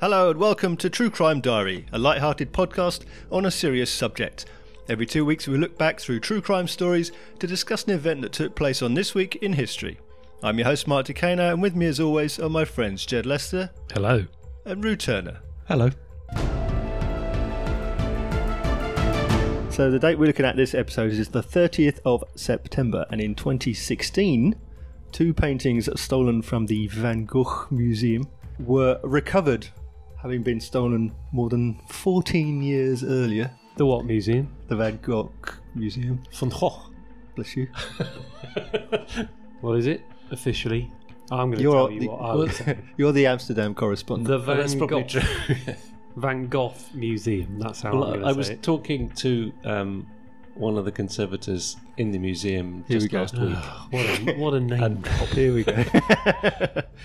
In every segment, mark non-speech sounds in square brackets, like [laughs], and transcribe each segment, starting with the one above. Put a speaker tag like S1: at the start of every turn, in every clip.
S1: Hello and welcome to True Crime Diary, a light-hearted podcast on a serious subject. Every two weeks, we look back through true crime stories to discuss an event that took place on this week in history. I'm your host, Mark Decano, and with me, as always, are my friends Jed Lester
S2: Hello.
S1: and Rue Turner.
S2: Hello.
S1: So the date we're looking at this episode is the 30th of September, and in 2016, two paintings stolen from the Van Gogh Museum were recovered, having been stolen more than 14 years earlier.
S2: The What Museum?
S1: The Van Gogh Museum.
S2: Van Gogh.
S1: Bless you.
S2: What is it officially? I'm going to
S1: You're
S2: tell you
S1: the,
S2: what I would say.
S1: you're the Amsterdam correspondent.
S3: The Van
S2: that's probably
S3: Gogh.
S2: true.
S1: [laughs]
S3: [laughs]
S2: Van Gogh Museum. That's how
S3: Well,
S2: I'm
S3: I
S2: going to
S3: was [laughs]
S2: say. it.
S3: talking to um, one of the conservators in the museum
S1: Here we
S3: just
S1: go.
S3: last week,
S2: What a what a name!
S1: Here we go.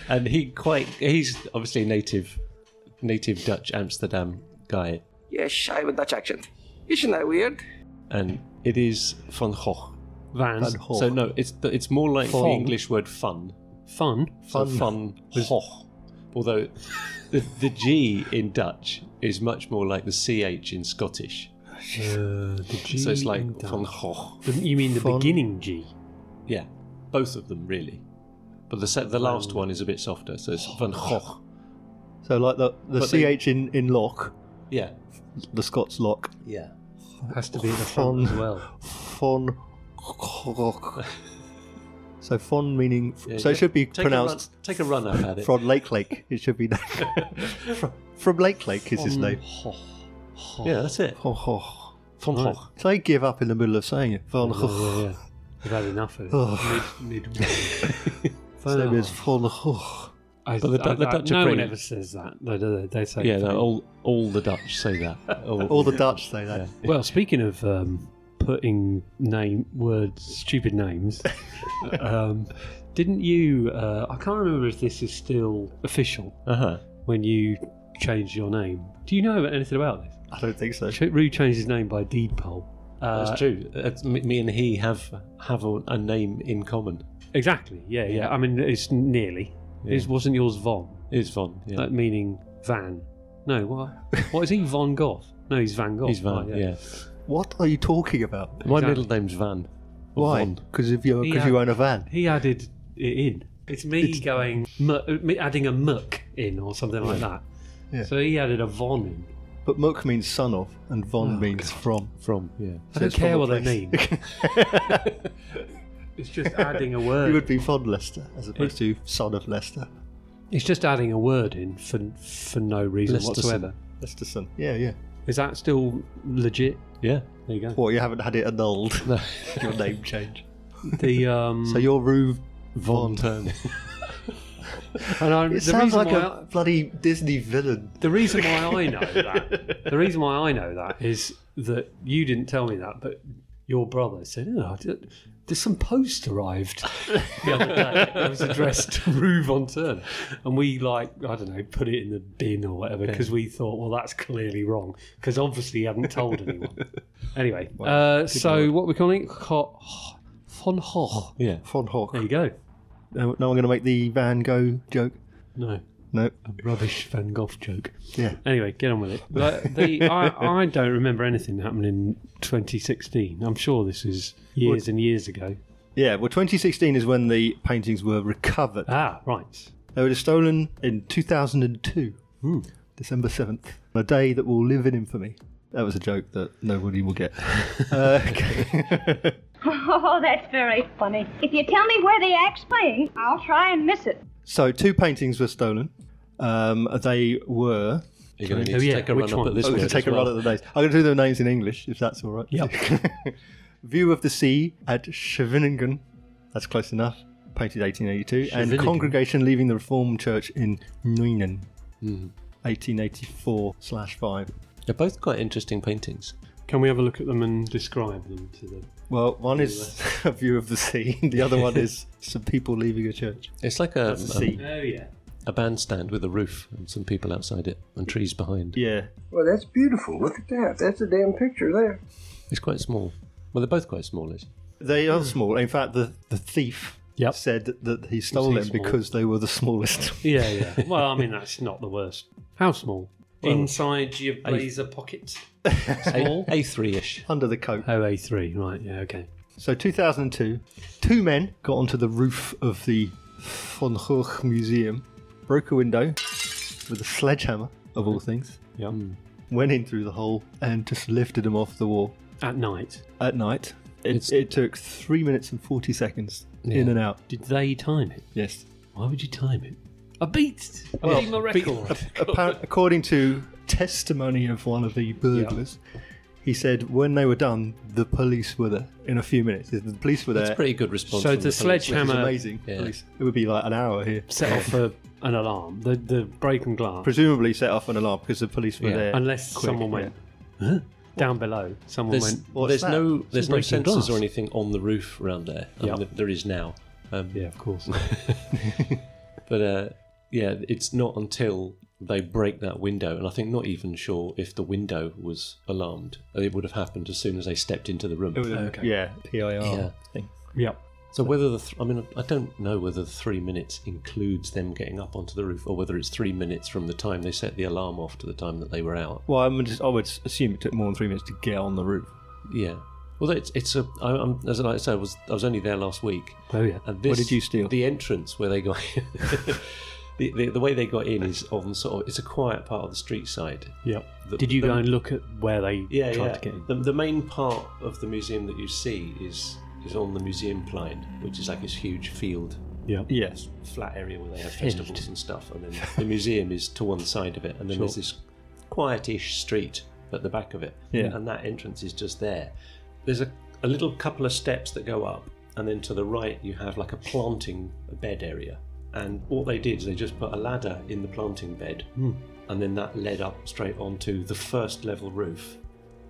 S3: and he quite he's obviously native native Dutch Amsterdam guy,
S4: Yes, I have a Dutch accent. Isn't that weird?
S3: and it is Van Gogh.
S2: Van
S1: Van Gogh.
S3: So no, it's the, it's more like
S2: Fun.
S3: the English word fun.
S2: Fun.
S3: So Van Gogh. Although the, the G in Dutch is much more like the CH in Scottish.
S2: Uh,
S3: So it's like Van Gogh.
S2: The- you mean the
S1: Fun.
S2: beginning G?
S3: Yeah, both of them really. But the se- the last one is a bit softer, so it's Van Gogh.
S1: so like the, the
S3: But they-
S1: CH in, in lock,
S3: Yeah,
S1: the Scots lock,
S3: yeah.
S2: Has to be at the front as
S1: [laughs]
S2: well.
S1: Fon Gogh. So Fon meaning,
S3: yeah
S1: so
S3: yeah.
S1: it should be
S3: Take a
S1: pronounced
S3: run- take a run up at it.
S1: from Lake Lake. It should be [laughs] that. Fr- from Lake Lake is his name.
S2: Mm.
S3: yeah, that's it.
S1: Von Gogh.
S3: Van
S2: Right.
S3: Gogh.
S1: So I give up in the middle of saying it. Von
S2: Yeah, yeah,
S1: Gogh.
S2: yeah. I've had enough of it.
S1: Oh.
S2: Mid, mid.
S1: His
S2: Van
S1: name is
S2: Gogh.
S1: Von Gogh.
S2: I,
S3: But the-
S2: I-
S3: the
S2: I-
S3: Dutch are
S2: no one
S3: brilliant.
S2: ever says that. They, they, they say
S3: Yeah,
S2: Van
S3: no, all all the Dutch say that. [laughs] All,
S1: All the Dutch say that.
S2: Well, speaking of um, putting name words, stupid
S3: [laughs]
S2: names, um, didn't you? Uh, I can't remember if this is still official
S3: Uh huh.
S2: when you changed your name. Do you know anything about this?
S1: I don't think so.
S2: Ch- Rue changed his name by deed poll. Uh,
S3: That's true. That's, me me and he have have a, a name in common.
S2: Exactly. Yeah, yeah. I mean, it's nearly. It wasn't yours, Von,
S3: It's Von. Yeah.
S2: like meaning Van. No, what? What is he? Von Gogh? No, he's Van Gogh. Oh,
S3: He's Van.
S2: Right,
S3: yeah.
S1: What are you talking about?
S3: My
S2: Exactly.
S3: middle name's Van. Or
S1: Why?
S3: Von.
S1: Because if you
S2: He
S1: because you
S2: had-
S1: own a van.
S2: He added it in. It's me going mu- me adding a muck in or something like that.
S1: Yeah.
S2: So he added a von in.
S1: But Mook means son of, and Von means from.
S3: From. Yeah.
S2: Oh, I don't
S1: it's from
S2: care
S1: a
S2: what they
S1: place. [laughs]
S2: mean. It's just adding a
S1: [laughs] You
S2: word.
S1: would be Von Leicester as opposed to son of Leicester.
S2: It's just adding a word in for for no reason
S3: Lesterson.
S2: whatsoever.
S1: Leicesterson. Yeah, yeah.
S2: Is that still legit?
S3: Yeah.
S2: There you go.
S1: Well, you haven't had it annulled.
S3: No.
S1: [laughs] Your name
S2: [laughs]
S1: change.
S2: The um.
S1: So you're Ruve
S3: Von Turner.
S2: and I, the
S1: It sounds
S2: reason
S1: like
S2: why
S1: a
S2: I-
S1: bloody Disney villain.
S2: The reason why I know that, the reason why I know that is that you didn't tell me that, but your brother said, oh, d- there's some post arrived the other day. It was addressed to Rue Von Turner. And we, like, I don't know, put it in the bin or whatever because we thought, well, that's clearly wrong because obviously you haven't told anyone. Anyway, uh, so what we're calling it? Ho- Von Hoch.
S3: [laughs] Yeah.
S1: Von Hawk.
S2: There you go.
S1: No, no, I'm going to make the Van Gogh joke.
S2: No,
S1: No.
S2: a rubbish Van Gogh joke.
S1: Yeah.
S2: Anyway, get on with it.
S1: [laughs]
S2: But the, I, I don't remember anything happening in 2016. I'm sure this is years and years ago.
S1: Yeah, well, 2016 is when the paintings were recovered.
S2: Ah, right.
S1: They were stolen in 2002, December 7th, on a day that will live in infamy. That was a joke that nobody will
S2: [laughs]
S1: get. uh, okay.
S5: Oh, that's very funny. If you tell me where the act's playing, I'll try and miss it.
S1: so, two paintings were stolen. Um, they were.
S3: You're going to
S2: Oh,
S3: need
S2: yeah,
S3: to take a
S2: which
S3: run up
S2: one?
S3: at this
S1: I'm
S3: word
S1: going to
S3: as
S1: take a
S3: well.
S1: run at the names. I'm going to do their names in English, if that's all right. [laughs] View of the Sea at Scheveningen. That's close enough. Painted 1882. And
S2: Scheveningen.
S1: Congregation Leaving the Reformed Church in Nuenen.
S2: Hmm.
S1: 1884 slash 5.
S3: They're both quite interesting paintings.
S2: Can we have a look at them and describe them to them?
S1: Well, one is [laughs] a view of the sea, [laughs] the other one is some people leaving a church.
S3: It's like a,
S1: That's the
S3: a,
S1: sea.
S2: Oh, yeah.
S3: a bandstand with a roof and some people outside it and trees behind.
S1: Yeah.
S4: Well, that's beautiful. Look at that. That's a damn picture there.
S3: It's quite small. Well, they're both quite small. Is
S1: They are small. In fact, the, the thief
S2: Yep.
S1: said that he stole
S2: he
S1: them
S2: small?
S1: [laughs] because they were the smallest.
S2: Yeah, yeah. Well, I mean, that's not the worst How small?
S1: Well,
S2: Inside your blazer pocket? Small?
S3: A three ish.
S1: under the coat.
S2: Oh, A3, right, yeah, okay.
S1: So 2002, two men got onto the roof of the Von Gogh Museum, broke a window with a sledgehammer, of all things,
S2: Yeah.
S1: went in through the hole and just lifted them off the wall
S2: At night.
S1: at night.
S3: It's-
S1: It, it took three minutes and 40 seconds in
S3: Yeah.
S1: and out.
S2: Did they time it?
S1: Yes.
S2: Why would you time it? I beat. I beat my
S1: Be-
S2: record.
S1: appar- according to testimony of one of the burglars, he said when they were done, the police were there in a few minutes. The police were there.
S3: That's pretty good response.
S2: Uh, so
S3: from
S2: the
S3: police.
S1: It's
S2: sledgehammer
S1: amazing.
S3: Yeah.
S1: Police. It would be like an hour here.
S2: set off a, an alarm. The the break and glass.
S1: Presumably set off an alarm because the police were
S3: Yeah.
S1: there.
S2: Unless
S1: quick,
S2: someone went "Huh?" down below. Someone
S3: There's,
S2: went.
S1: What's
S3: there's
S1: that?
S3: no there's no
S2: breaking
S3: sensors
S2: glass.
S3: or anything on the roof around there. I mean,
S2: Yeah.
S3: th- there is now. Um,
S2: Yeah, of [laughs] course.
S3: But uh, yeah, it's not until they break that window, and I think not even sure if the window was alarmed. It would have happened as soon as they stepped into the room.
S1: It was a-
S2: Okay.
S1: Yeah, PIR
S3: Yeah.
S1: thing.
S2: yep.
S3: So whether the th- I mean I don't know whether the three minutes includes them getting up onto the roof or whether it's three minutes from the time they set the alarm off to the time that they were out.
S1: Well, I'm just, I would s- assume it took more than three minutes to get on the roof.
S3: Yeah. Well, it's it's a I, I'm, as I say I was I was only there last week.
S2: Oh yeah.
S3: And this,
S1: did you steal?
S3: The entrance where they got [laughs] the, the the way they got in is on sort of it's a quiet part of the street side.
S2: Yep.
S3: The-
S2: Did you
S3: the-
S2: go and look at where they
S3: Yeah,
S2: tried
S3: yeah.
S2: to get in?
S3: The, the main part of the museum that you see is is on the museum plain, which is like this huge field,
S2: Yeah.
S1: Yes.
S3: flat area where they have
S2: Field.
S3: festivals and stuff,
S2: [laughs]
S3: and then the museum is to one side of it, and then there's this quietish street at the back of it,
S1: Yeah.
S3: and that entrance is just there. There's a, a little couple of steps that go up, and then to the right you have like a planting bed area. And what they did is they just put a ladder in the planting bed,
S2: Hmm.
S3: and then that led up straight onto the first level roof.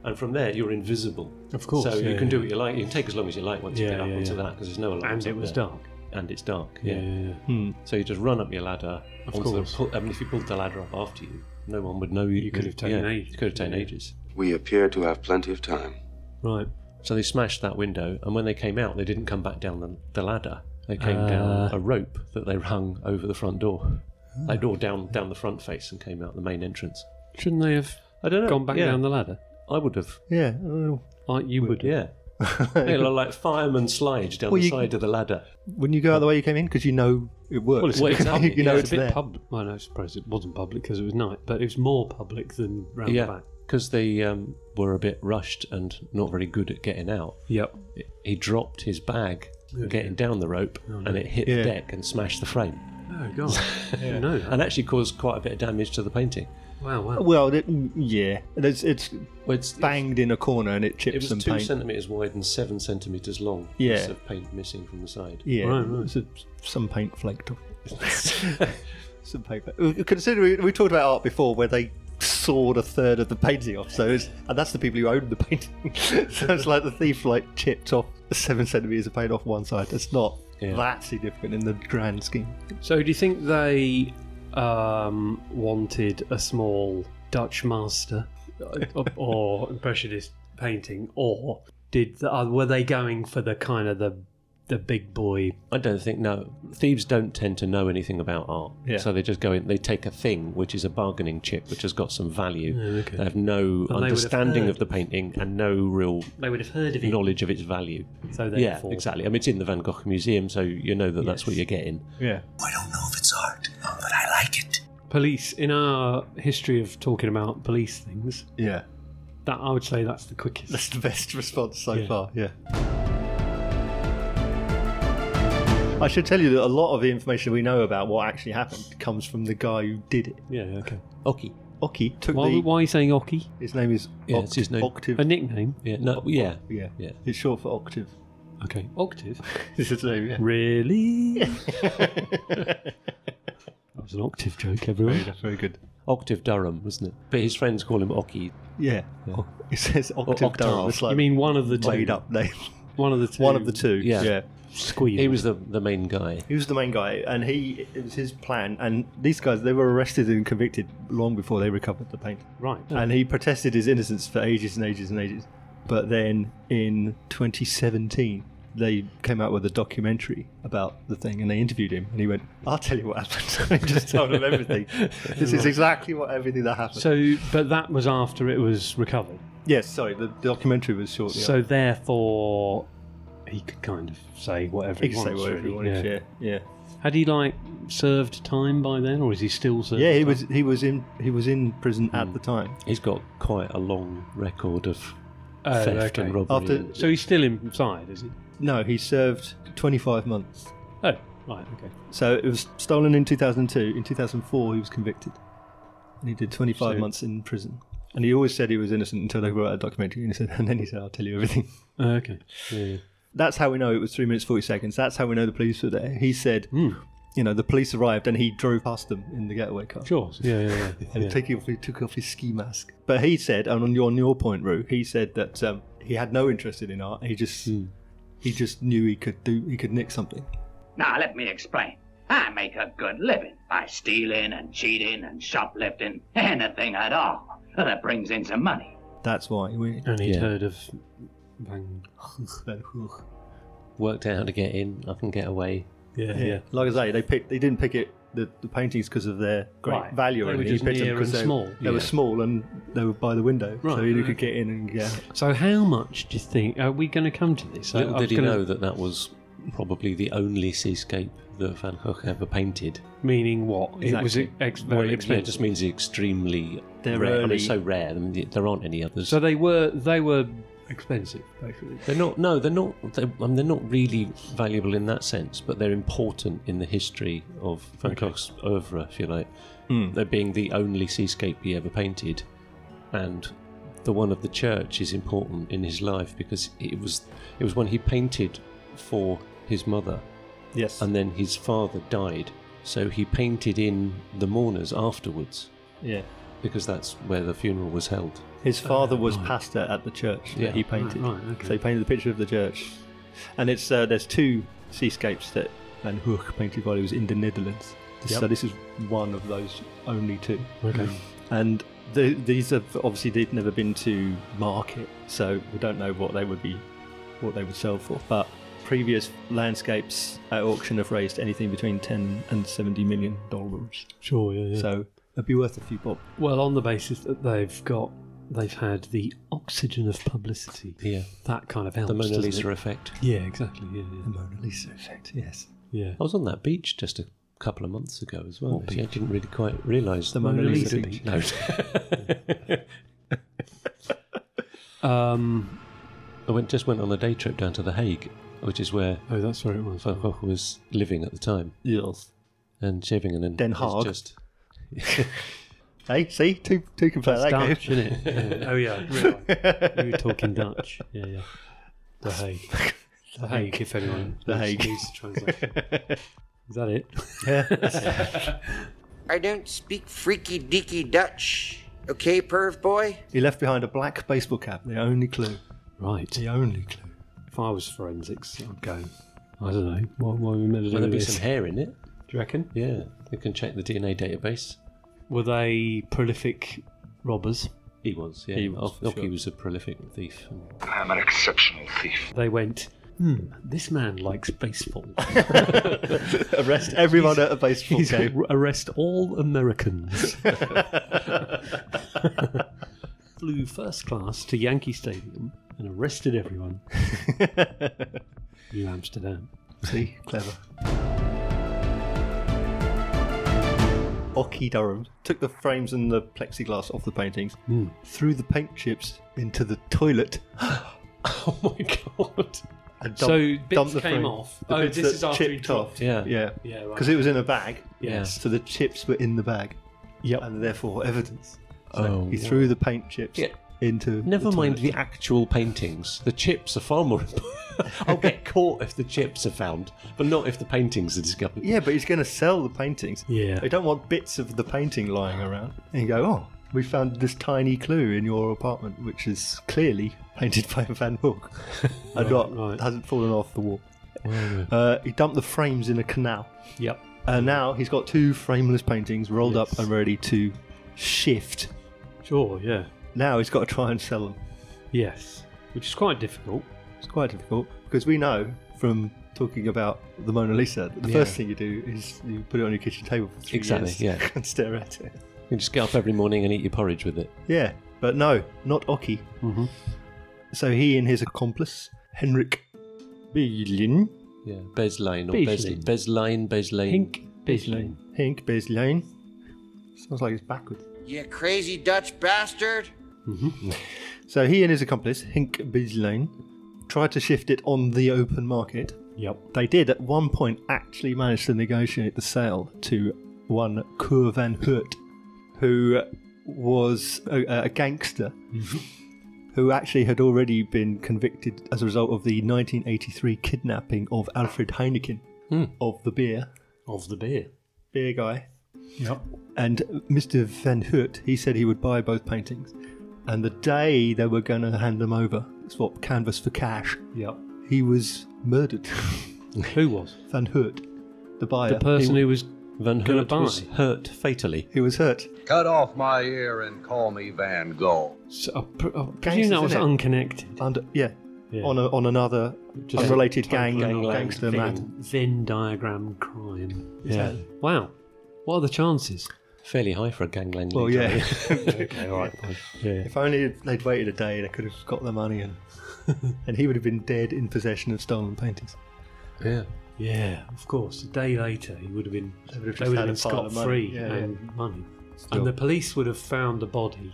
S3: And from there, you're invisible.
S2: Of course,
S3: So
S2: yeah,
S3: you can
S2: yeah.
S3: do what you like. You can take as long as you like once you
S2: Yeah,
S3: get up
S2: yeah,
S3: onto
S2: yeah.
S3: that because there's no alarm.
S2: And it was dark.
S3: And it's dark.
S2: Yeah. Hmm.
S3: yeah.
S2: yeah,
S3: So you just run up your ladder.
S2: Of
S3: onto the-
S2: course.
S3: pull- I mean, if you pulled the ladder up after you, no one would know you.
S2: could have taken
S3: yeah,
S2: ages.
S3: You could have taken
S2: Yeah.
S3: ages.
S6: We appear to have plenty of time.
S2: Right.
S3: So they smashed that window, and when they came out, they didn't come back down the, the ladder. They came
S2: Ah.
S3: down a rope that they hung over the front door.
S2: Ah.
S3: They door down down the front face and came out the main entrance.
S2: Shouldn't they have
S3: I don't know.
S2: gone back
S3: Oh, yeah,
S2: down the ladder?
S3: I would have.
S1: Yeah. uh, I don't know.
S2: Like you would.
S3: Yeah.
S2: [laughs]
S3: they look like fireman slide down
S1: Well,
S3: the
S1: you-
S3: side of the ladder.
S1: Wouldn't you go out the way you came in because you know it works?
S2: Well, it's, a bit
S1: [laughs]
S2: public.
S1: you know
S2: yeah,
S1: it's
S2: a bit
S1: there.
S2: public. Well, no, I suppose it wasn't public because it was night, but it was more public than round the
S3: Yeah,
S2: back.
S3: because they um, were a bit rushed and not very good at getting out.
S2: Yep.
S3: he dropped his bag getting down the rope and it hit
S1: Yeah.
S3: the deck and smashed the frame
S2: Oh god. No.
S3: and actually caused quite a bit of damage to the painting
S2: Wow. Wow.
S1: Well, it, mm, yeah, it's, it's
S3: well, it's,
S1: banged in a corner and it
S3: it
S1: chips
S3: was
S1: and
S3: two
S1: paint.
S3: centimeters wide and seven centimeters long
S1: Yeah.
S3: piece of paint missing from the side
S1: Yeah,
S2: Right, right.
S1: so- some paint flaked off. [laughs] some paper. Considering we, we talked about art before, where they sawed a third of the painting off, so it's, and that's the people who owned the painting. [laughs] so it's like the thief like chipped off seven centimeters of paint off one side. It's not
S3: Yeah.
S1: that significant in the grand scheme.
S2: So, do you think they um, wanted a small Dutch master uh, or impressionist painting, or did the, uh, were they going for the kind of the the big boy?
S3: [laughs] i don't think no thieves don't tend to know anything about art
S1: Yeah.
S3: so they just go in they take a thing which is a bargaining chip which has got some value
S2: okay.
S3: they have no
S2: have
S3: understanding
S2: heard.
S3: of the painting and no real
S2: They would have heard of it.
S3: knowledge of its value
S2: So
S3: yeah
S2: therefore,
S3: exactly i mean it's in the van gogh museum so you know that that's
S2: Yes.
S3: what you're getting
S1: Yeah.
S2: police in our history of talking about police things,
S1: Yeah.
S2: that I would say that's the
S1: That's
S2: quickest.
S1: the best response so
S2: Yeah.
S1: far, yeah. I should tell you that a lot of the information we know about what actually happened comes from the guy who did it.
S2: Yeah. Okay.
S3: okay
S1: Oki took
S2: Why,
S1: the.
S2: why are you saying Oki?
S1: His name is
S3: Yeah,
S1: Oct-
S3: it's his name.
S2: A
S1: Octave.
S2: nickname?
S3: Yeah, no, yeah,
S1: Yeah.
S3: yeah.
S1: It's short for octave. [laughs]
S2: Okay. Octave.
S1: This is his name, yeah.
S2: really? that was an octave joke, everyone.
S1: very good.
S3: Octave Durham, wasn't it? But his friends call him Oki.
S1: Yeah. O- It says octave.
S3: octave.
S1: Durham. It's like
S2: You mean one of the two?
S1: made up name. [laughs]
S2: One of the two.
S1: One of the two.
S3: Yeah.
S2: Squeal.
S3: He was the, the main guy.
S1: He was the main guy, and he it was his plan. And these guys, they were arrested and convicted long before they recovered the paint.
S2: right.
S1: And he protested his innocence for ages and ages and ages. But then in 2017, they came out with a documentary about the thing and they interviewed him and he went, I'll tell you what happened. [laughs] I just told them everything. this is exactly what everything that happened.
S2: So, but that was after it was recovered.
S1: yes, sorry, the documentary was shortly
S2: So therefore, he could kind of say whatever
S1: He
S2: he,
S1: could say
S2: wants.
S1: whatever he
S2: really.
S1: wanted,
S2: Yeah.
S1: yeah. yeah.
S2: Had he like served time by then, or is he still serving?
S1: Yeah, he
S2: time?
S1: was he was in he was in prison
S2: Hmm.
S1: at the time.
S3: He's got quite a long record of
S2: Oh,
S3: theft
S2: okay.
S3: and robbery.
S1: After-
S3: and-
S2: So he's still inside, is he?
S1: No, he served 25 months.
S2: Oh, right, okay.
S1: So it was stolen in 2002. In 2004, he was convicted, and he did 25
S2: So-
S1: months in prison. And he always said he was innocent until they wrote a documentary, and he said, [laughs] and then he said, "I'll tell you everything."
S2: Oh, okay. Yeah.
S1: That's how we know it was three minutes forty seconds. That's how we know the police were there. He said,
S2: Hmm.
S1: you know, the police arrived, and he drove past them in the getaway car.
S2: Sure. Yeah, yeah, yeah.
S1: And he,
S2: yeah.
S1: took off, he took off his ski mask. But he said, and on your, on your point, Rue, he said that um, he had no interest in art. He just
S2: Hmm.
S1: he just knew he could do he could nick something.
S7: Now, let me explain. I make a good living by stealing and cheating and shoplifting, [laughs] anything at all that brings in some money.
S1: That's why. We, [laughs]
S2: And he'd
S3: Yeah.
S2: heard of Van.
S3: worked out how to get in. I can get away.
S2: Yeah, yeah.
S1: yeah. Like I say, they picked they didn't pick it the, the paintings because of their great
S2: Right.
S1: value.
S2: They
S1: or
S2: were
S1: anything. He
S2: just
S1: picked them
S2: near
S1: 'cause
S2: and
S1: they,
S2: small.
S1: They were
S2: Yeah.
S1: small and they were by the window, so
S2: Right,
S1: you
S2: right.
S1: could get in and get out.
S2: So how much do you think are we going to come to this? I-
S3: Little
S2: I was
S3: did he
S2: gonna-
S3: know that that was probably the only seascape that Van Gogh ever painted.
S2: Meaning what? It was
S1: Exactly.
S2: ex- very
S3: Well, it, yeah, it
S2: expensive.
S3: just means extremely
S1: They're
S3: rare. I mean,
S1: early.
S3: it's so rare. I mean, there aren't any others.
S2: So they were they were expensive, basically.
S3: They're not. No, they're not. They, I mean, they're not really valuable in that sense, but they're important in the history of Van Gogh's oeuvre, if you like. They're being the only seascape he ever painted, and the one of the church is important in his life because it was it was one he painted for his mother,
S1: Yes,
S3: and then his father died, so he painted in the mourners afterwards
S1: yeah.
S3: because that's where the funeral was held.
S1: His father was pastor at the church
S3: Yeah.
S1: that he painted.
S2: Uh, Right, right, okay.
S1: So he painted the picture of the church, and it's uh, there's two seascapes that Van Gogh painted while he was in the Netherlands. So this is one of those only two, Mm.
S2: Okay.
S1: and the, these have obviously they've never been to market, so we don't know what they would be, what they would sell for. But previous landscapes at auction have raised anything between 10 and 70 million dollars,
S2: Sure. Yeah. yeah.
S1: so it'd be worth a few bob.
S2: well, on the basis that they've got they've had the oxygen of publicity.
S3: Yeah,
S2: That kind of helps.
S3: the Mona
S2: doesn't
S3: Lisa
S2: it?
S3: effect.
S2: Yeah. Exactly. Yeah.
S1: The Mona Lisa effect, yes.
S2: Yeah. yeah.
S3: I was on that beach just a couple of months ago as well. actually. I didn't really quite realise
S1: The Mona Lisa beach.
S3: No. [laughs]
S2: Um.
S3: I went just went on a day trip down to the Hague, which is where
S2: Oh, that's where it was.
S3: Van Gogh was living at the time,
S1: Yes.
S3: and Scheveningen. and
S1: Den
S3: it's
S1: Haag.
S3: Just,
S1: Hey, see, two two can play that game.
S2: Dutch, isn't it? Yeah.
S3: [laughs]
S2: Oh yeah. really. We were talking Dutch. Yeah. Yeah. The Hague. The Hague. If anyone
S1: The
S2: needs-
S1: Hague.
S2: needs to translate. Is that
S3: [laughs]
S2: it?
S8: I don't speak freaky deaky Dutch. Okay, perv boy?
S1: He left behind a black baseball cap. The only clue.
S2: Right.
S1: The only clue.
S2: If I was forensics, I'd [laughs] go. I don't know. What, what are we meant to do
S3: well, there'll
S2: with
S3: be
S2: this?
S3: some hair in it.
S2: Do you reckon?
S3: Yeah, you can check the DNA database.
S2: Were they prolific robbers?
S3: He was. Yeah,
S1: He was,
S3: Oh,
S1: for
S3: look, he
S1: sure.
S3: was a prolific thief. [laughs]
S9: I am an exceptional thief.
S2: They went, hmm, this man likes baseball. [laughs]
S1: Arrest everyone at a baseball
S2: He's
S1: game.
S2: arrest all [laughs] Americans. Flew first class to Yankee Stadium and arrested everyone. New Amsterdam.
S1: [laughs] See, clever. Ocky Durham took the frames and the plexiglass off the paintings,
S3: Hmm.
S1: threw the paint chips into the toilet,
S2: Oh my god!
S1: and dumped,
S2: So bits
S1: dumped the
S2: came
S1: frame.
S2: off.
S1: The
S2: Oh,
S1: bits
S2: this
S1: that
S2: is after he
S1: chipped
S2: dropped.
S1: off.
S3: Yeah.
S1: yeah,
S2: Yeah, right.
S1: Because it was in a bag.
S2: Yeah.
S1: So the chips were in the bag,
S2: Yep.
S1: and therefore evidence. So
S3: Oh,
S1: he threw the paint chips
S3: Yeah.
S1: into.
S3: Never
S1: the
S3: mind
S1: toilet.
S3: the actual paintings. The chips are far more. important. [laughs] I'll get caught if the chips are found, but not if the paintings are discovered.
S1: Yeah, but he's going to sell the paintings.
S2: Yeah.
S1: They don't want bits of the painting lying around. And you go, oh, we found this tiny clue in your apartment, which is clearly painted [laughs] by Van Gogh. and not,
S2: right.
S1: hasn't fallen off the wall. Uh, he dumped the frames in a canal.
S2: Yep.
S1: And now he's got two frameless paintings rolled up and ready to shift.
S2: Sure. Yeah.
S1: Now he's got to try and sell them.
S2: Yes. Which is quite difficult.
S1: It's quite difficult because we know from talking about the Mona Lisa that the first thing you do is you put it on your kitchen table for three
S3: Exactly,
S1: years
S3: yeah.
S1: [laughs] and stare at it.
S3: You just get up every morning and eat your porridge with it.
S1: Yeah, but no, not Oki. So he and his accomplice, Henrik Beslin,
S3: Yeah, Beslane or
S2: Beslane.
S3: Beslane. Beslane, Beslane.
S2: Hink Bislane.
S1: Henk Beslin, sounds like it's backwards.
S8: You crazy Dutch bastard!
S1: So he and his accomplice, Henk Beslin, tried to shift it on the open market.
S2: Yep.
S1: They did at one point actually manage to negotiate the sale to one Kur van Hurt, who was a, a gangster who actually had already been convicted as a result of the 1983 kidnapping of Alfred Heineken of the beer,
S2: Of the beer.
S1: beer guy.
S2: Yep.
S1: And Mr. Van Hurt, he said he would buy both paintings. And the day they were going to hand them over, swap canvas for cash,
S2: Yep.
S1: he was murdered. [laughs]
S2: Who was?
S1: Van Hurt, the buyer.
S2: The person
S1: he,
S2: who was
S3: Van
S2: Gonna
S3: Hurt was
S2: buy.
S3: hurt fatally.
S1: he was hurt.
S9: Cut off my ear and call me Van Gogh.
S2: So, I pr- I presume
S1: Gangsters,
S2: that was
S1: innit?
S2: unconnected.
S1: Under, yeah,
S2: Yeah.
S1: on a, on another
S2: Just
S1: unrelated
S2: a
S1: gang,
S2: total
S1: gangster
S2: thing.
S1: man.
S2: Venn diagram crime.
S3: Yeah.
S2: Wow. What are the chances?
S3: Fairly high for a gangland.
S1: Well,
S3: lead,
S1: yeah.
S3: right?
S1: [laughs]
S2: okay, all right. fine. Yeah.
S1: If only they'd waited a day, they could have got their money, and [laughs] and he would have been dead in possession of stolen paintings.
S3: [laughs] yeah.
S2: Yeah, of course. A day later, he would have been
S1: They would have
S2: they
S1: just
S2: would
S1: had
S2: have
S1: a
S2: been
S1: pile
S2: scot
S1: of
S2: free
S1: money. Yeah,
S2: and money,
S1: Still.
S2: and the police would have found the body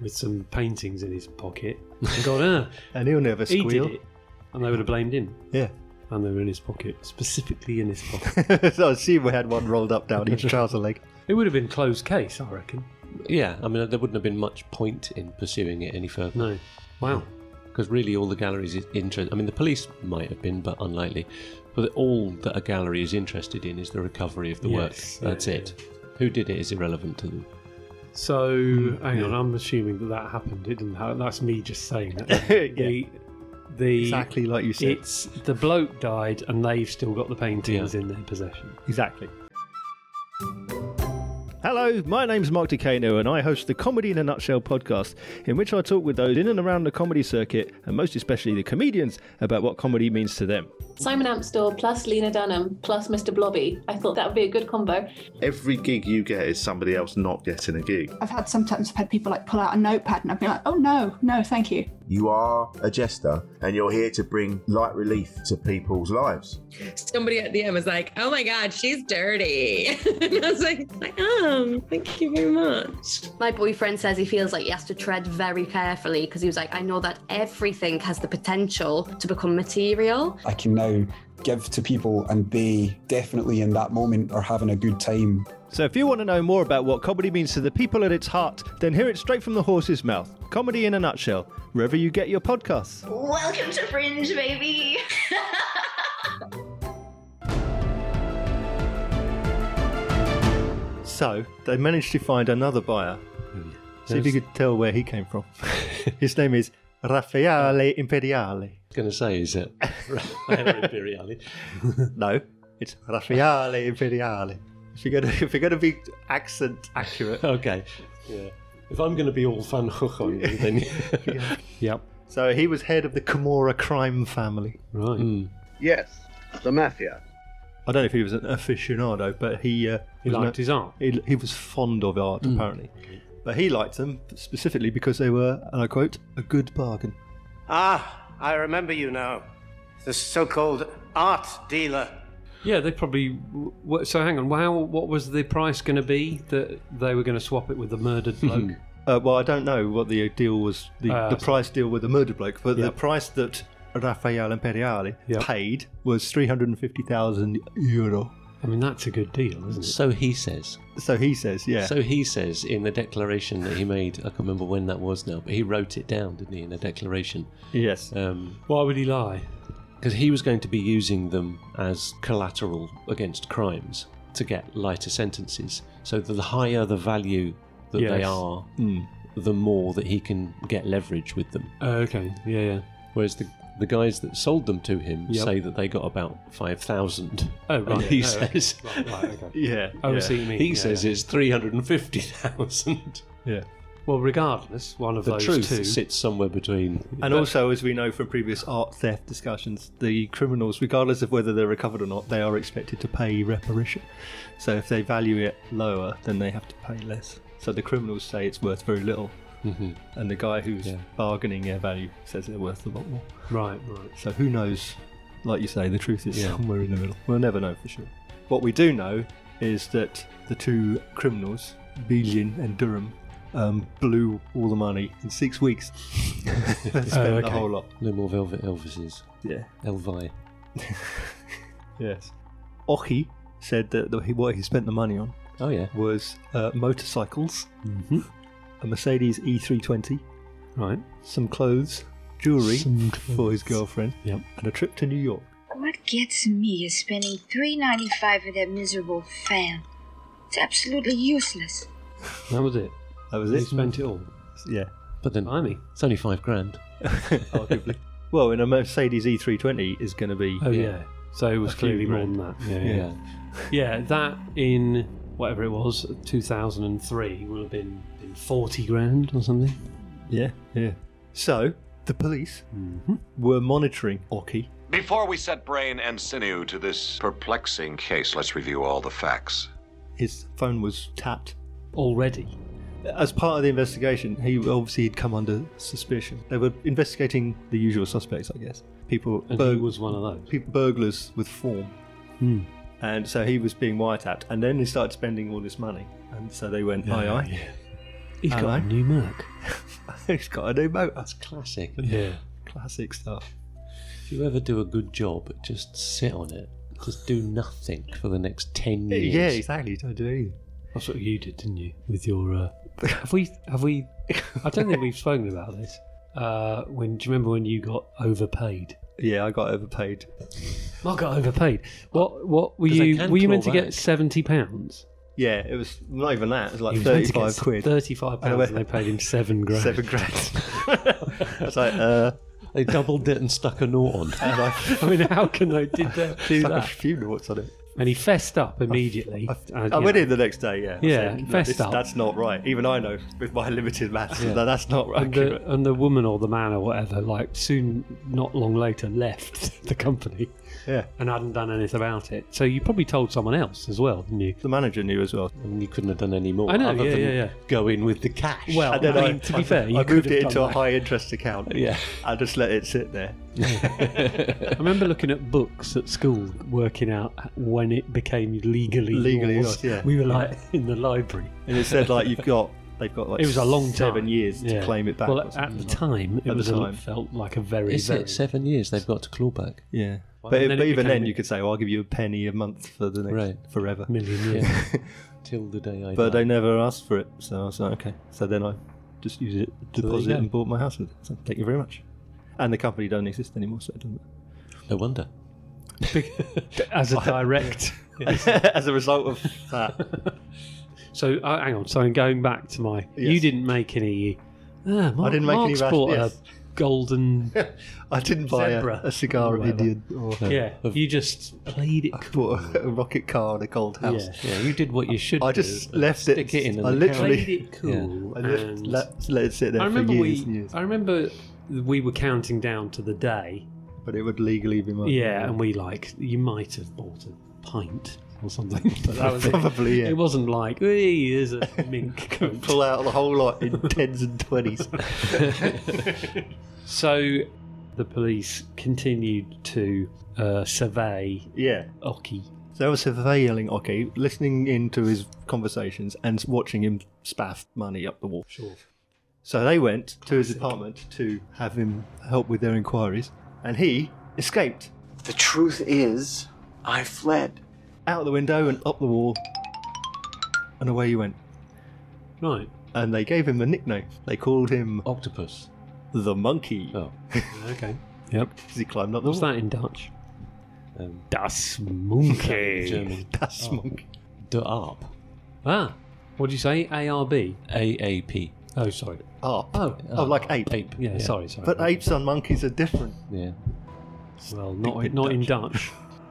S2: with some paintings in his pocket and gone, ah,
S1: And he'll never
S2: he
S1: squeal.
S2: did it, and they would have blamed him.
S1: Yeah. [laughs]
S2: And they were in his pocket, specifically in his [laughs] pocket.
S1: so I assume we had one rolled up down each trouser leg.
S2: it would have been closed case, I reckon.
S3: Yeah, I mean, there wouldn't have been much point in pursuing it any further
S2: No, wow,
S3: because really all the galleries is interest. I mean, the police might have been, but unlikely. But all that a gallery is interested in is the recovery of the
S2: Yes, yeah,
S3: work. That's
S2: yeah,
S3: it. Who did it is irrelevant to them.
S2: So,
S3: Mm,
S2: hang on, I'm assuming that that happened. It didn't happen. That's me just saying
S3: [laughs]
S2: that.
S1: Yeah.
S2: The, the
S1: Exactly like you said.
S2: It's the bloke died, and they've still got the paintings
S3: Yeah.
S2: in their possession.
S1: Exactly. Hello, my name's Mark Decano, and I host the Comedy in a Nutshell podcast, in which I talk with those in and around the comedy circuit, and most especially the comedians, about what comedy means to them.
S10: Simon Amstel plus Lena Dunham plus Mr. Blobby. I thought that would be a good combo.
S11: Every gig you get is somebody else not getting a gig.
S10: I've had sometimes I've had people like pull out a notepad and I've been like, oh no, no, thank you.
S11: You are a jester and you're here to bring light relief to people's lives.
S10: Somebody at the end was like, oh my god, she's dirty. and I was like, I am. Thank you very much. My boyfriend says he feels like he has to tread very carefully because he was like, I know that everything has the potential to become material.
S4: I can now give to people, and they definitely in that moment are having a good time.
S1: So, if you want to know more about what comedy means to the people at its heart, then hear it straight from the horse's mouth. Comedy in a Nutshell, wherever you get your podcasts.
S10: Welcome to Fringe, baby.
S1: So, they managed to find another buyer.
S11: Hmm.
S1: See if you could tell where he came from. [laughs] His name is Raffaele Imperiale.
S3: I was going to say,
S2: [laughs]
S3: is it [laughs] Imperiale?
S1: No, it's Raffaele Imperiale. If you're gonna [laughs] if you're gonna be accent
S2: [laughs]
S1: accurate,
S3: Okay. Yeah. If I'm going to be all Van Gogh on you, then
S2: Yep.
S1: so he was head of the Camorra crime family.
S2: Right.
S3: Hmm.
S9: Yes, the mafia.
S1: I don't know if he was an aficionado, but he uh,
S2: He
S1: was
S2: liked
S1: no-
S2: his art. Mm.
S1: He, he was fond of art apparently, but he liked them specifically because they were, and I quote, a good bargain.
S11: Ah, I remember you now. The so called art dealer.
S2: Yeah, they probably. w- w- So hang on. Wow, what was the price going to be that they were going to swap it with the
S3: [laughs]
S2: murdered bloke?
S1: Uh, well, I don't know what the deal was, the,
S2: Ah,
S1: the
S2: so-
S1: price deal with the murder bloke, but the price that Raffaele Imperiale
S2: Yep.
S1: paid was three hundred fifty thousand euro.
S2: I mean, that's a good deal, isn't it?
S3: so he says.
S1: So he says, yeah.
S3: So he says in the declaration that he made, I can't remember when that was now, but he wrote it down, didn't he, in a declaration?
S1: yes.
S3: Because
S2: Why would he lie?
S3: he was going to be using them as collateral against crimes to get lighter sentences. So the higher the value that they
S2: Yes. Mm.
S3: are, the more that he can get leverage with them.
S2: Uh, okay. Yeah, yeah.
S3: Whereas the the guys that sold them to him
S2: Yep.
S3: say that they got about 5,000.
S2: Oh, right.
S3: And [laughs] he
S2: yeah, oh, okay.
S3: says,
S2: [laughs] Right, right, okay.
S1: Yeah.
S2: Oh, I
S1: yeah.
S2: see what you mean.
S3: he
S2: Yeah,
S3: says
S2: yeah. [laughs]
S3: it's 350,000.
S1: Yeah.
S2: Well, regardless, one of
S3: The
S2: those
S3: truth
S2: two
S3: sits somewhere between.
S1: And also, as we know from previous art theft discussions, the criminals, regardless of whether they're recovered or not, they are expected to pay reparation. So if they value it lower, then they have to pay less. So the criminals say it's worth very little,
S2: Mhm.
S1: and the guy who's
S2: Yeah.
S1: bargaining their value says they're worth a lot more.
S2: Right, right.
S1: So who knows? Like you say, the truth is
S2: Yeah.
S1: somewhere in the middle. We'll never know for sure. What we do know is that the two criminals, Belian and Durham, um, blew all the money in six [laughs] weeks. they spent the whole lot.
S3: No more Velvet Elvises.
S1: Oh, Yeah.
S3: Elvi.
S1: Yes. Ochi said that the, what he spent the money on.
S3: Oh yeah.
S1: Was uh, motorcycles, a Mercedes E320,
S2: right,
S1: some clothes, jewelry
S2: Some
S1: for his girlfriend,
S2: Yep.
S1: and a trip to New York.
S12: What gets me is spending three ninety five for that miserable fan. It's absolutely useless.
S2: That was it.
S1: That was
S2: They
S1: it.
S2: spent it all.
S1: Yeah.
S3: But then, Blimey. it's only five grand.
S1: Arguably. [laughs] Well, and a Mercedes E320 is going to be.
S2: Oh yeah. So it was
S1: a few
S2: clearly more
S1: grand.
S2: than that. Yeah, yeah. yeah. Yeah, that in whatever it was, 2003 would have been, been 40 grand or something.
S1: Yeah, yeah. So the police
S2: Mm-hmm.
S1: were monitoring Oki.
S13: Before we set brain and sinew to this perplexing case, let's review all the facts.
S1: His phone was tapped
S2: already.
S1: As part of the investigation, he obviously had come under suspicion. They were investigating the usual suspects, I guess. People.
S2: And
S1: burg-
S2: he was one of those.
S1: people burglars with form.
S2: Hmm.
S1: And so he was being wiretapped, and then he started spending all this money. And so they went,
S2: Yeah,
S1: aye, aye.
S2: He's got a new Merc.
S1: [laughs] He's got a new motor. That's
S3: classic.
S2: Yeah.
S1: Classic stuff.
S3: If you ever do a good job, just sit on it. Just do nothing for the next ten years.
S2: Yeah, exactly. Don't do anything. That's what you did, didn't you? With your
S1: [laughs]
S2: uh, have we have we? I don't think we've spoken about this. Uh, when do you remember when you got overpaid?
S1: Yeah, I got overpaid.
S2: I got overpaid. What what were
S1: 'Cause they
S2: you?
S1: can
S2: Were you
S1: claw
S2: meant to
S1: back.
S2: get seventy pounds?
S1: Yeah, it was not even that. It was like
S2: You were meant to get
S1: thirty-five quid.
S2: Thirty-five
S1: And I
S2: pounds,
S1: went-
S2: and they paid him seven grand.
S1: Seven grand. I was like, uh,
S3: they doubled it and stuck a
S2: [laughs]
S3: nought on.
S1: And I,
S2: [laughs] I mean, how can they did
S1: [laughs]
S2: that? Do
S1: Stuck a
S2: that?
S1: few noughts on it.
S2: And he fessed up immediately. And,
S1: I
S2: you
S1: went
S2: know,
S1: in the next day, yeah. I
S2: Yeah,
S1: said, "No,
S2: fessed
S1: this-
S2: up.
S1: That's not right. Even I know with my [laughs] limited maths
S2: Yeah.
S1: that that's not
S2: And
S1: accurate.
S2: the, and the woman or the man or whatever, like soon, not long later, left [laughs] the company.
S1: [laughs] Yeah.
S2: And hadn't done anything about it. So you probably told someone else as well, didn't you?
S1: The manager knew as well.
S3: And you couldn't have done any more.
S2: I know,
S3: other
S2: yeah,
S3: than
S2: yeah, yeah.
S3: Go in with the cash.
S2: Well,
S3: [laughs]
S1: And then
S2: I mean, to be fair, you
S1: I
S2: could
S1: moved
S2: have
S1: it
S2: done
S1: into a
S2: that.
S1: high interest account.
S2: Yeah. [laughs]
S1: I just let it sit there.
S2: I remember looking at books at school, working out when it became legally
S1: Legally
S2: yours.
S1: yours, yeah.
S2: We were like [laughs] in the library,
S1: And it said, like, you've got, they've got like
S2: it was a long
S1: seven
S2: time.
S1: years
S2: Yeah.
S1: to claim it back.
S2: Well,
S1: or
S2: at
S1: something
S2: the
S1: like that.
S2: time, it
S1: At the
S2: was a-
S1: time.
S2: felt like a very,
S3: Is
S2: very
S3: it seven years they've got to claw back?
S1: Yeah.
S3: Well,
S1: but
S3: and
S1: it-
S3: then
S1: but
S3: it
S1: even
S3: became-
S1: then, you could say, well, I'll give you a penny a month for the next forever.
S2: Million years.
S1: [laughs]
S3: Till the day I
S1: but
S3: die.
S1: they never asked for it, so I was like, okay. So then I just used it,
S3: you
S1: deposit,
S3: go.
S1: and bought my house with it. So thank you very much. And the company doesn't exist anymore, so it doesn't.
S3: No wonder.
S2: [laughs] as a direct.
S1: [laughs] as a result of that.
S2: So uh, hang on. So I'm going back to my. You didn't make any. Ah, Mark,
S1: I didn't make any
S2: Mark's
S1: rash-
S2: bought
S1: yes.
S2: a
S1: [laughs]
S2: golden.
S1: I didn't buy a,
S2: zebra
S1: a cigar
S2: or
S1: at
S2: whatever.
S1: Indian. Or, [laughs]
S2: yeah, you just played it.
S1: I bought a, a rocket car and a gold house.
S3: Yeah. Yeah, you did what you should
S1: I
S3: do,
S1: just
S3: and
S1: left it.
S3: stick it in and
S1: I
S3: then
S1: literally
S2: Played it cool.
S1: [laughs] I left,
S2: and-
S1: let, let it sit there
S2: I
S1: for
S2: remember
S1: years
S2: we.
S1: and years.
S2: I remember we were counting down to the day.
S1: But it would legally be mine.
S2: Yeah,
S1: [laughs]
S2: and we like you might have bought a pint or something, but that was it.
S1: Probably, yeah.
S2: It wasn't like hey, there's a mink coat.
S1: pull out the whole lot
S2: [laughs]
S1: in tens and twenties.
S2: So the police continued to uh, survey
S1: yeah.
S2: Oki.
S1: So I was surveilling Oki, listening into his conversations and watching him spaff money up the wall.
S2: Sure.
S1: So they went to his apartment to have him help with their inquiries, and he escaped.
S14: The truth is, I fled.
S1: Out the window and up the wall, and away he went.
S2: Right.
S1: And they gave him a nickname. They called him
S3: [laughs] Octopus.
S1: The Monkey.
S3: Oh.
S2: Okay. Yep.
S1: Because he climbed up the
S2: What's
S1: wall.
S2: that in Dutch?
S3: Um,
S2: das Monkey.
S3: German.
S1: Das Monkey.
S3: The ARP.
S2: Ah, what do you say? ARB?
S3: AAP.
S2: Oh, sorry.
S1: Arp.
S2: Oh,
S1: Oh, like ape.
S3: Ape.
S2: Yeah, sorry, sorry.
S1: But uh, apes and monkeys are different.
S3: Yeah.
S2: well, not, in- not in Dutch.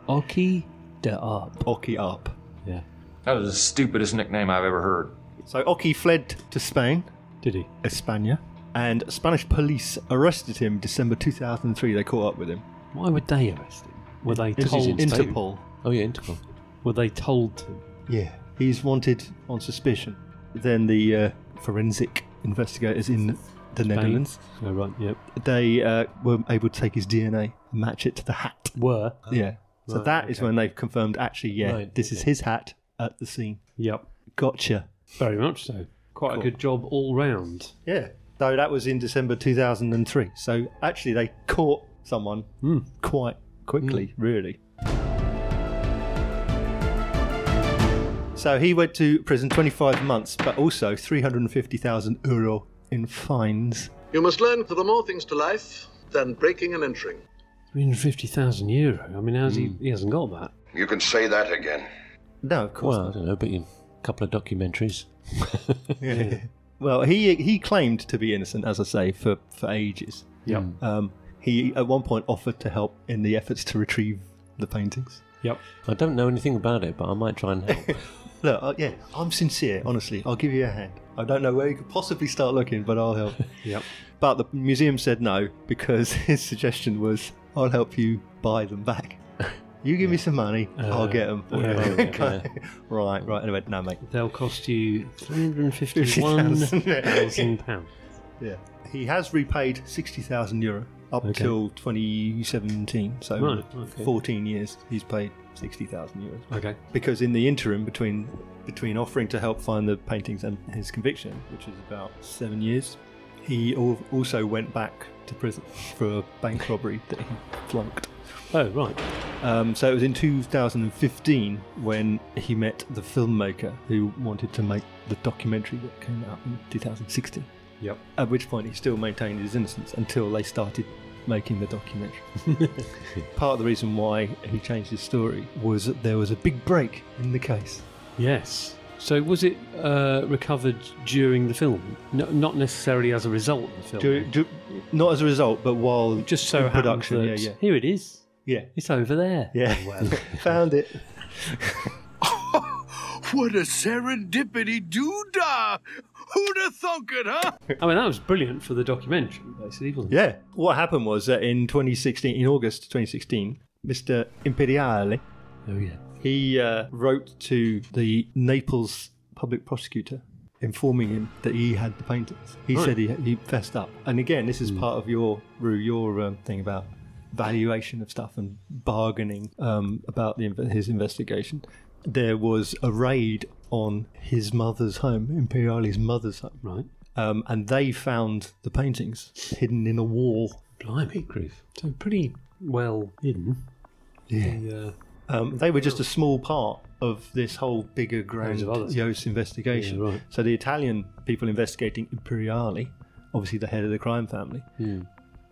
S2: Oki de Arp.
S1: Oki Arp.
S2: Yeah.
S15: That was the stupidest nickname I've ever heard.
S1: So Oki fled to Spain
S2: Did he?
S1: España. And Spanish police arrested him December 2003. They caught up with him.
S2: Why would they arrest him? Were they
S1: This is
S2: told
S1: Interpol.
S2: Oh yeah, Interpol. Were they told to?
S1: Yeah. He's wanted on suspicion. Then the uh, forensic investigators in the Netherlands,
S2: Oh right, yep.
S1: they uh, were able to take his DNA and match it to the hat.
S2: Were.
S1: yeah. So
S2: Oh, Right,
S1: that is
S2: okay.
S1: when they've confirmed, actually, yeah,
S2: Right,
S1: this is his hat at the scene.
S2: Yep.
S1: Gotcha.
S2: Very much so. Quite
S1: Cool.
S2: a good job all round.
S1: Yeah. So that was in December 2003. So actually, they caught someone quite quickly, really. So he went to prison 25 months, but also 350,000 euro in fines.
S15: You must learn for the more things to life than breaking and entering.
S2: 350,000 euro. I mean, how's
S1: Mm.
S2: he? He hasn't got that.
S6: You can say that again.
S1: No, of course.
S3: Well, I don't know, but you, a couple of documentaries.
S1: Yeah. [laughs] well, he he claimed to be innocent, as I say, for for ages.
S2: Yep.
S1: Um, he at one point offered to help in the efforts to retrieve the paintings.
S2: Yep.
S3: I don't know anything about it, but I might try and
S2: [laughs]
S3: help.
S1: Look, uh, yeah, I'm sincere. Honestly, I'll give you a hand. I don't know where you could possibly start looking, but I'll help.
S2: [laughs] Yep.
S1: But the museum said no because [laughs] his suggestion was, "I'll help you buy them
S2: [laughs]
S1: back. You give me some money, I'll
S2: Uh,
S1: get them."
S2: yeah, yeah,
S1: [laughs] Right, right. Anyway, no, mate.
S2: They'll cost you
S1: [laughs] £50,000.
S2: £351,000.
S1: Yeah. He has repaid 60,000 euro up
S2: Okay.
S1: till 2017. So
S2: Right, okay.
S1: 14 years he's paid 60,000 euros.
S2: Okay.
S1: Because in the interim between between offering to help find the paintings and his conviction, which is about 7 years, he al- also went back to prison [laughs] for a bank robbery that he flunked.
S2: Oh, right.
S1: Um, so it was in 2015 when he met the filmmaker who wanted to make the documentary that came out in 2016.
S2: Yep.
S1: At which point he still maintained his innocence until they started making the documentary. [laughs] Part of the reason why he changed his story was that there was a big break in the case.
S2: Yes. So was it uh, recovered during the film? No, not necessarily as a result of the film.
S1: Do- do- not as a result, but while
S2: just so
S1: in
S2: happens
S1: production,
S2: that
S1: yeah, yeah.
S2: here it is. [laughs]
S1: Yeah.
S2: It's over there.
S1: Yeah.
S2: Oh, well.
S1: [laughs] Found it.
S16: What a serendipity doodah! Who'd have thunk it, huh?
S2: I mean, that was brilliant for the documentary, basically, wasn't it?
S1: Yeah. What happened was that in 2016, in August 2016, Mr. Imperiale,
S2: oh yeah,
S1: he uh, wrote to the Naples public prosecutor informing him that he had the paintings. He
S2: Right.
S1: said he, he fessed up. And again, this is part of your Rue, your um, thing about valuation of stuff and bargaining um, about the, inve- his investigation. There was a raid on his mother's home, Imperiale's mother's home.
S2: Right.
S1: Um, and they found the paintings hidden in a wall.
S2: Blimey, grief. So pretty well hidden.
S1: Yeah.
S2: The, uh,
S1: Um, they were just a small part of this whole bigger grand
S2: of others.
S1: Yos investigation.
S2: Yeah, right.
S1: So the Italian people investigating Imperiali, obviously the head of the crime family,
S2: Hmm.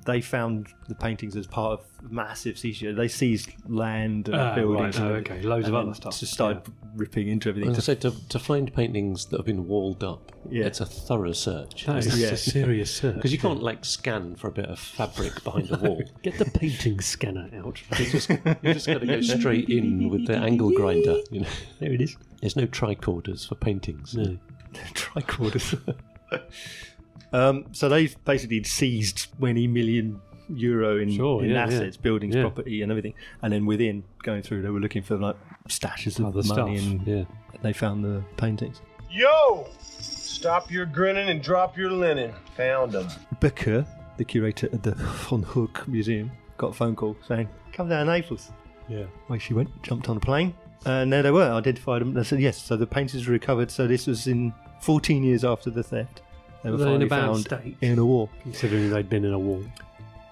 S1: they found the paintings as part of massive seizure. They seized land and
S2: Ah,
S1: buildings.
S2: right.
S1: and
S2: Oh,
S1: everything.
S2: okay. Loads
S1: And
S2: of
S1: then
S2: other stuff.
S1: Just started ripping into everything.
S3: As I said, to, to find paintings that have been walled up,
S1: Yeah.
S3: it's a thorough search.
S2: That is a serious
S3: [laughs]
S2: search.
S3: Because you can't like scan for a bit of fabric behind a
S2: [laughs]
S3: wall.
S2: Get the painting scanner out.
S3: You just, you just got
S2: [laughs]
S3: to go straight in with the angle grinder. You know,
S2: there it is.
S3: There's no tricorders for paintings.
S2: No.
S1: [laughs] tricorders. um, so they basically seized 20 million euro in,
S2: Sure,
S1: in
S2: yeah, yeah.
S1: assets, buildings,
S2: Yeah.
S1: property, and everything. And then within going through, they were looking for like stashes of
S2: Other
S1: money,
S2: stuff,
S1: and they found the paintings.
S17: Yo! Stop your grinning and drop your linen. Found him.
S1: Becker, the curator at the Von Hoek Museum, got a phone call saying, "Come down to Naples."
S2: Yeah.
S1: Away she went, jumped on a plane, and there they were. Identified them. They said yes. So the paintings were recovered. So this was in 14 years after the theft. They were
S2: Were they in
S1: finally
S2: a bad
S1: found
S2: state?
S1: in a war.
S2: Considering they'd been in a war.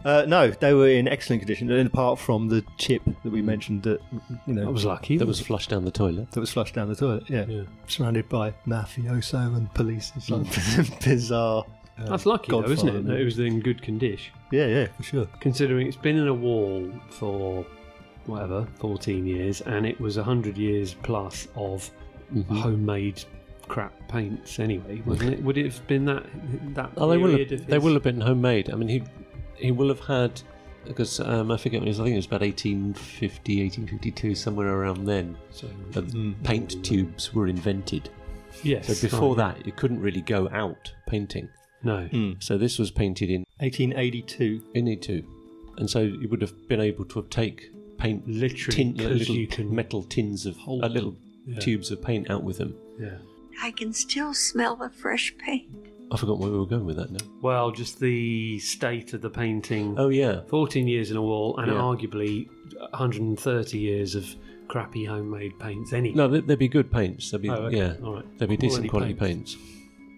S1: Uh, no, they were in excellent condition, and apart from the chip that we mentioned that you know
S2: Hmm. That was lucky.
S3: That was flushed down the toilet.
S1: that was flushed down the toilet. Yeah,
S2: Yeah.
S1: surrounded by mafioso and police. It's like [laughs] bizarre. uh,
S2: Hmm. That's lucky, though, isn't
S1: Godfather
S2: it?
S1: movie.
S2: That it was in good condition.
S1: Yeah, yeah, for sure.
S2: Considering it's been in a wall for whatever, 14 years, and it was 100 years plus of homemade crap paints anyway, wasn't it? Would it have been that that
S3: Oh, they will.
S2: period
S3: Have,
S2: of
S3: they
S2: his-
S3: will have been homemade. I mean, he he will have had because um, I forget when it was. I think it was about 1850, 1852, somewhere around then.
S2: So, hmm.
S3: uh, paint tubes were invented.
S2: Yes,
S3: So before
S2: right.
S3: that, you couldn't really go out painting.
S2: No.
S3: So this was painted in
S2: [laughs]
S1: [laughs] 1882.
S3: 82, and so you would have been able to have take paint
S2: Literally,
S3: tin, uh,
S2: 'cause
S3: little
S2: you can
S3: metal tins of
S2: hold
S3: uh, little
S2: them. Yeah.
S3: tubes of paint out with them.
S2: Yeah.
S18: I can still smell the fresh paint.
S3: I forgot where we were going with that now.
S2: Well, just the state of the painting.
S3: Oh yeah,
S2: 14 years in a wall, and
S3: Yeah.
S2: arguably 130 years of crappy homemade paints. Any
S3: No, they- they'd be good paints. They'd be
S2: Oh, okay.
S3: yeah,
S2: All right.
S3: they'd be decent
S2: Quality
S3: quality paints.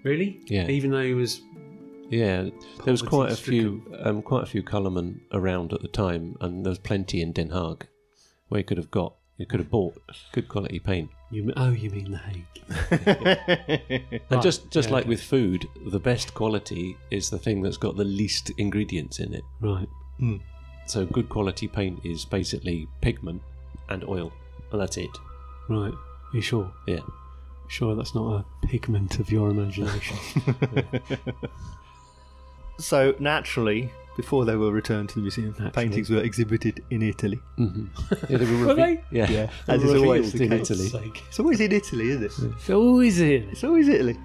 S2: really?
S3: Yeah.
S2: Even though he was
S3: Yeah, there was
S2: Poverty
S3: quite a few, um, quite a few colourmen around at the time, and there was plenty in Den Haag where you could have got, you could have bought good quality paint.
S2: you oh you mean the Hague?
S3: And
S2: Right,
S3: just, just
S2: yeah,
S3: like
S2: okay.
S3: with food, the best quality is the thing that's got the least ingredients in it.
S2: Right. Mm.
S3: So good quality paint is basically pigment and oil, and that's it.
S2: Right. You sure?
S3: Yeah.
S2: Sure, that's not a pigment of your imagination.
S1: So naturally, before they were returned to the museum, paintings were exhibited in Italy.
S3: Mm-hmm. Yeah, they [laughs] were reve- yeah.
S1: yeah.
S3: They
S1: As
S3: were
S1: is always
S3: revealed
S1: the
S3: in
S1: case.
S3: Italy.
S1: It's always in Italy, isn't it?
S2: It's always Italy.
S1: It's always Italy.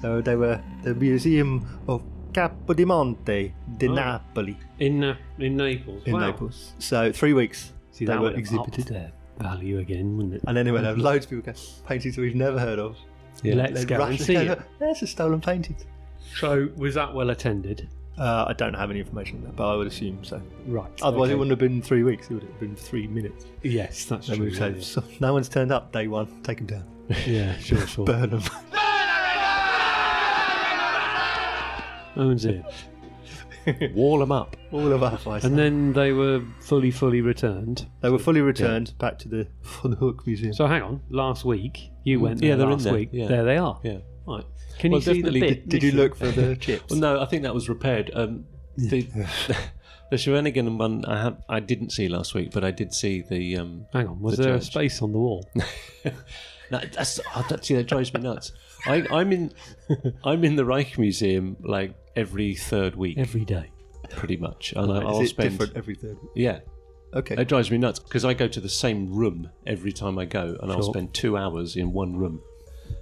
S1: So they were the Museum of Capodimonte di
S2: Oh.
S1: Napoli
S2: in Na- in Naples.
S1: in
S2: wow.
S1: Naples. So three weeks
S2: See,
S1: they
S2: that
S1: were
S2: would have upped
S1: exhibited.
S2: their value again, wouldn't it?
S1: And then they went, loads of people go, paintings that we've never heard of.
S2: Yeah. Let's
S1: They'd
S2: go
S1: rush
S2: and
S1: to
S2: see
S1: go,
S2: it.
S1: "Look, There's a stolen painting.
S2: So was that well attended?
S1: Uh, I don't have any information on that, but I would assume so.
S2: Right.
S1: Otherwise,
S2: okay.
S1: it wouldn't have been three weeks. It would have been three minutes.
S2: Yes, that's
S1: Then
S2: true,
S1: we'd say, [laughs]
S2: yeah.
S1: "So, no one's turned up day one. Take them down.
S2: Yeah, sure, sure.
S1: Burn them.
S2: Owns it.
S3: Wall them up.
S1: [laughs] All of us. I say.
S2: And then they were fully, fully returned.
S1: They were fully returned back to the [laughs] Von Hook Museum.
S2: So hang on, last week you
S1: Mm,
S2: went there
S1: yeah, they're in
S2: last
S1: there,
S2: week.
S1: yeah.
S2: There they are.
S3: Yeah.
S2: Right. Can
S3: Well,
S2: you see the
S3: definitely-
S2: bit?
S3: well, no, I think that was repaired. Um, [laughs] the the Shawanigan one I had I didn't see last week, but I did see the. [laughs] Um,
S2: Hang on, was
S3: the
S2: there a
S3: judge.
S2: space on the wall?
S3: No, that's oh, that, see, that drives me nuts. I, I'm in, I'm in the Reich Museum like every third week,
S2: every day,
S3: pretty much, and
S1: Right,
S3: I,
S1: is
S3: I'll
S1: it
S3: spend
S1: different every third week?
S3: Yeah.
S1: Okay.
S3: It drives me nuts because I go to the same room every time I go, and I'll
S2: Sure.
S3: spend two hours in one room.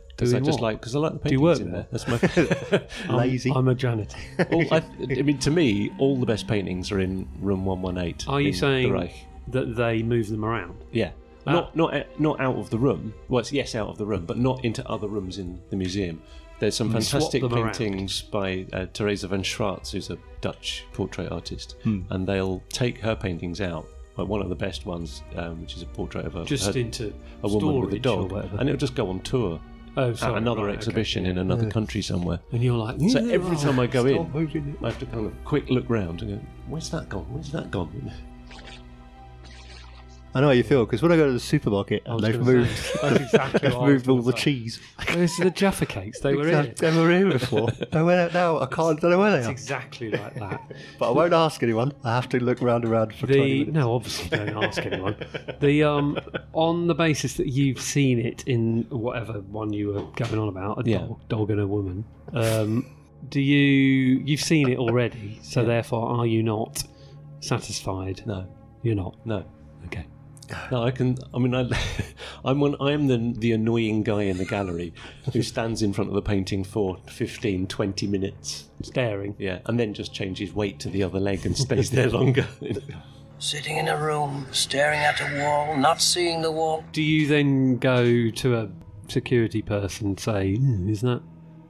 S3: Because I
S2: Doing
S3: just
S2: what?
S3: like because I like the
S2: Do you
S3: paintings
S2: work
S3: in
S2: there?
S3: there. That's my [laughs]
S2: I'm- [laughs] I'm a janitor.
S3: all, I, I mean, to me, all the best paintings are in room one one eight.
S2: Are you
S3: the
S2: saying
S3: Reich.
S2: that they move them around?
S3: Yeah. Not not not out of the room. Well, it's yes, out of the room, but not into other rooms in the museum. There's some
S2: You swap
S3: fantastic
S2: them around.
S3: paintings by uh, Teresa van Schwarz, who's a Dutch portrait artist,
S2: Hmm.
S3: and they'll take her paintings out. Like one of the best ones, um, which is a portrait of a
S2: Just
S3: her-
S2: into
S3: Uh, a woman with a
S2: storage or
S3: dog,
S2: whatever.
S3: and it'll just go on tour.
S2: Oh,
S3: at
S2: sorry,
S3: another
S2: right, okay.
S3: exhibition in another
S2: Yeah.
S3: country somewhere.
S2: And you're like,
S3: so every
S2: "Yeah,
S3: time [laughs] I go
S2: stop
S3: in,
S2: moving
S3: I have to kind of quick look round and go, "Where's that gone? Where's that gone?"
S1: I know how you feel because when I go to the supermarket and
S2: was
S1: they've
S2: gonna
S1: moved,
S2: say, that's exactly
S1: [laughs] they've
S2: what I was
S1: moved all
S2: gonna
S1: the
S2: say.
S1: cheese.
S2: Where's the Jaffa cakes? They were in.
S1: They were in before. They went out now. I can't. I don't know where they
S2: It's
S1: are.
S2: exactly like that.
S1: But I won't ask anyone. I have to look round and round for twenty
S2: The
S1: minutes.
S2: no, obviously don't ask
S3: [laughs]
S2: anyone. The um, on the basis that you've seen it in whatever one you were going on about, a
S3: Yeah.
S2: dog, dog and a woman. Um, do you you've seen it already? So therefore, are you not satisfied?
S3: No,
S2: you're not.
S3: No.
S2: Okay.
S3: No, I can. I mean, I, [laughs] I'm one. I'm the the annoying guy in the gallery who stands in front of the painting for 15, 20 minutes,
S2: staring.
S3: Yeah, and then just changes weight to the other leg and stays
S2: [laughs]
S3: there longer.
S19: Sitting in a room, staring at a wall, not seeing the wall.
S2: Do you then go to a security person and say, "Hmm, "Is that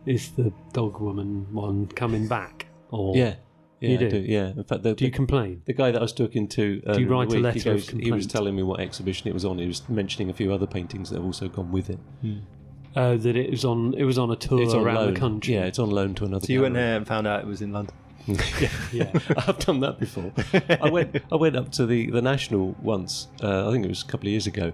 S2: is the dog woman one coming back?" Or
S3: yeah, yeah,
S2: you
S3: I
S2: do.
S3: yeah. In fact, the, do
S2: you complain?
S3: The guy that I was talking to, earlier in the
S2: write a
S3: week,
S2: letter
S3: he,
S2: of
S3: goes- he was
S2: complaint?
S3: telling me what exhibition it was on. He was mentioning a few other paintings that have also gone with it.
S2: Uh, that it was on it was on a tour
S3: It's on
S2: around
S3: loan.
S2: the country.
S3: Yeah, it's on loan to another.
S1: So you went
S3: gallery.
S1: there and found out it was in London.
S3: yeah, yeah. [laughs] I've done that before. I went I went up to the, the National once, uh, I think it was a couple of years ago,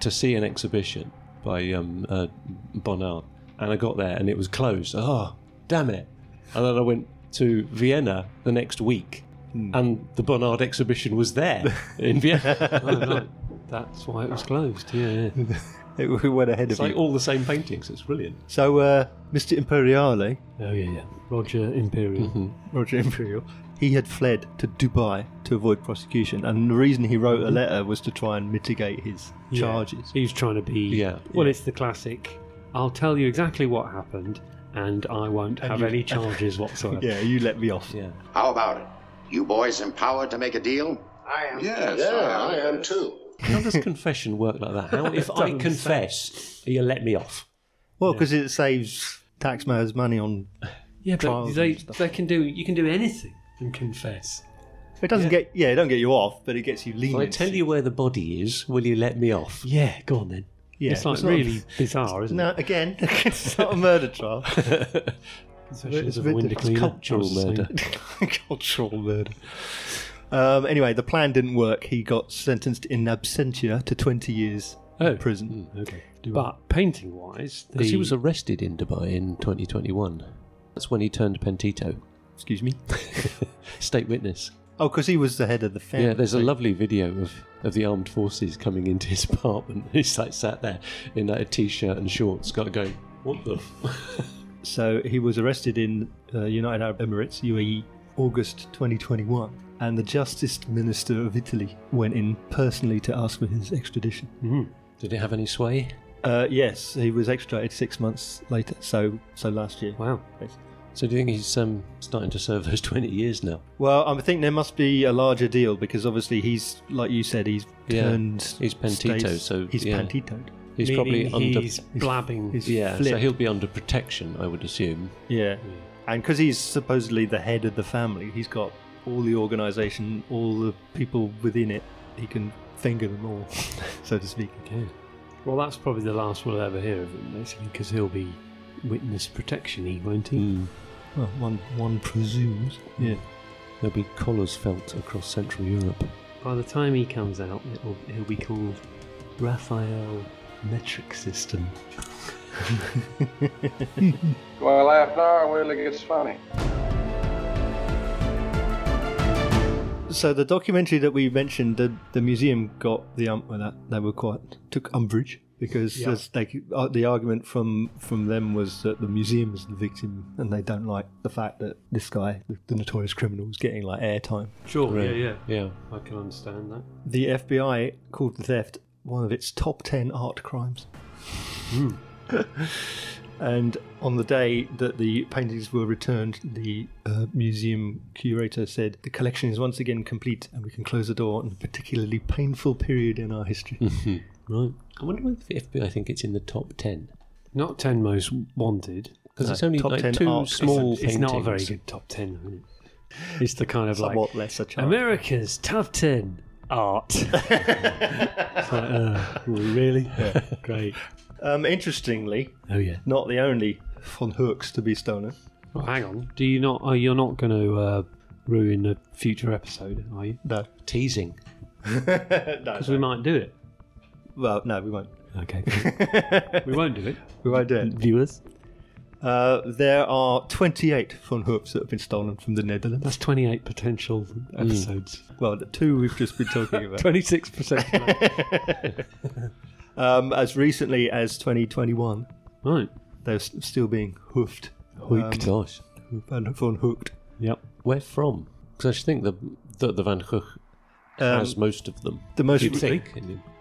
S3: to see an exhibition by um, uh, Bonnard. And I got there and it was closed. Oh, damn it. And then I went to Vienna the next week and the Bonnard exhibition was there in Vienna.
S2: Oh, right. That's why it was closed. Yeah, yeah.
S1: [laughs] It went ahead
S3: It's
S1: of
S3: like
S1: you.
S3: all the same paintings. It's brilliant.
S1: So, uh, Mr. Imperiale,
S2: Oh yeah, yeah. Roger Imperial.
S1: Roger Imperial, he had fled to Dubai to avoid prosecution, and the reason he wrote a letter was to try and mitigate his
S2: Mm-hmm. Yeah.
S1: charges.
S2: He was trying to be.
S3: Yeah.
S2: Well, it's the classic. I'll tell you exactly what happened, and I won't have
S1: you-
S2: any charges whatsoever.
S1: [laughs] Yeah, you let me off.
S2: Yeah.
S20: How about it? You boys empowered to make a deal? I am. Yes,
S21: Yeah,
S20: I am too.
S3: How does confession work like that? How, if I
S20: Doesn't
S3: confess, you let me off?
S1: Well, because it saves taxpayers money on
S2: Yeah, but
S1: trials.
S2: they, they can do. You can do anything and confess.
S1: it doesn't get yeah, it don't get you off, but it gets you
S3: If I
S1: lenient.
S3: tell you where the body is, will you let me off?
S2: Yeah, go on then.
S1: Yeah,
S2: it's like
S1: it's not- [laughs]
S2: really bizarre, isn't
S1: no,
S2: it?
S1: again, [laughs] it's not a murder
S2: [laughs]
S1: trial.
S2: Confessions of
S1: But-
S2: a window
S1: it's
S2: cleaner.
S1: cultural
S2: I was
S1: murder. [laughs] cultural murder. Um, anyway, the plan didn't work. He got sentenced in absentia to 20 years
S2: Oh.
S1: in prison.
S2: okay. But painting wise,
S3: Because he was arrested in Dubai in 2021. That's when he turned pentito.
S1: Excuse me?
S3: [laughs] State witness.
S1: Oh, because he was the head of the family.
S3: Yeah, there's a lovely video of, of the armed forces coming into his [laughs] apartment. He's like sat there in like a t shirt and shorts, got going, What the? F-? [laughs]
S1: So he was arrested in uh, United Arab Emirates, UAE, August 2021. And the Justice Minister of Italy went in personally to ask for his extradition.
S3: Did it have any sway?
S1: Uh, yes, he was extradited six months later, so so last year.
S2: Wow.
S3: So do you think he's um, starting to serve those [laughs] 20 years now?
S1: Well, I think there must be a larger deal because obviously he's, like you said, he's
S3: Yeah,
S1: turned.
S3: he's pentito,
S1: states-
S3: so,
S1: he's
S3: yeah.
S1: pentitoed.
S3: He's probably under.
S1: He's
S3: yeah, so
S1: flipped.
S3: he'll be under protection, I would assume.
S1: Yeah. And because he's supposedly the head of the family, he's got all the organisation, all the people within it. He can finger them all, [laughs] so to speak.
S2: Okay. Well, that's probably the last we'll ever hear of him, basically, because he'll be witness protection, he won't he?
S3: Hmm.
S1: Well, one, one presumes. Yeah.
S3: There'll be collars felt across Central Europe.
S2: By the time he comes out, it'll, he'll be called Raphael Metric System.
S22: Well, ah, after our will, it gets funny.
S1: So the documentary that we mentioned, the, the museum got the ump with that. They were quite took umbrage because
S2: Yeah.
S1: there's like uh, the argument from from them was that the museum is the victim and they don't like the fact that this guy, the, the notorious criminal, is getting like airtime.
S2: Sure,
S1: Right.
S2: Oh, yeah, yeah.
S3: Yeah.
S2: I can understand that.
S1: The FBI called the theft one of its top 10 art crimes.
S2: Hmm.
S1: [laughs] and on the day that the paintings were returned, the uh, museum curator said, The collection is once again complete and we can close the door on a particularly painful period in our history.
S2: Hmm.
S3: Right. I wonder whether the FBI think it's in the top 10.
S2: Not 10 most wanted.
S3: Because it's only like two small
S2: it's, it's not a very
S3: paintings.
S2: good top 10. Isn't it? It's the kind of like.
S1: Somewhat lesser chance.
S2: America's top 10 art. [laughs] It's like, uh, really? Great.
S1: Um, interestingly,
S2: Oh, yeah.
S1: not the only von Hooks to be stolen.
S2: Well, hang on. Do you not? Are you not going to uh, ruin a future episode? Are you?
S1: No. [laughs]
S3: Teasing.
S2: Because we might do it.
S1: Well, no, we won't.
S2: Okay.
S3: [laughs]
S2: we won't do it.
S1: We won't do it.
S2: Viewers?
S1: Uh, there are 28 von Hooks that have been stolen from the Netherlands.
S2: [laughs] That's 28 potential episodes.
S1: Well, the two we've just been talking about.
S3: [laughs]
S2: 26%.
S1: um, as recently as 2021.
S2: Right.
S1: They're s- still being hoofed.
S3: Hooked.
S1: Um,
S3: Gosh.
S1: hoof- and von hooked.
S2: Yep.
S3: Where from? Because I should think the, the, the Van Gogh
S1: Um,
S3: has most of them.
S1: The most,
S3: You'd think.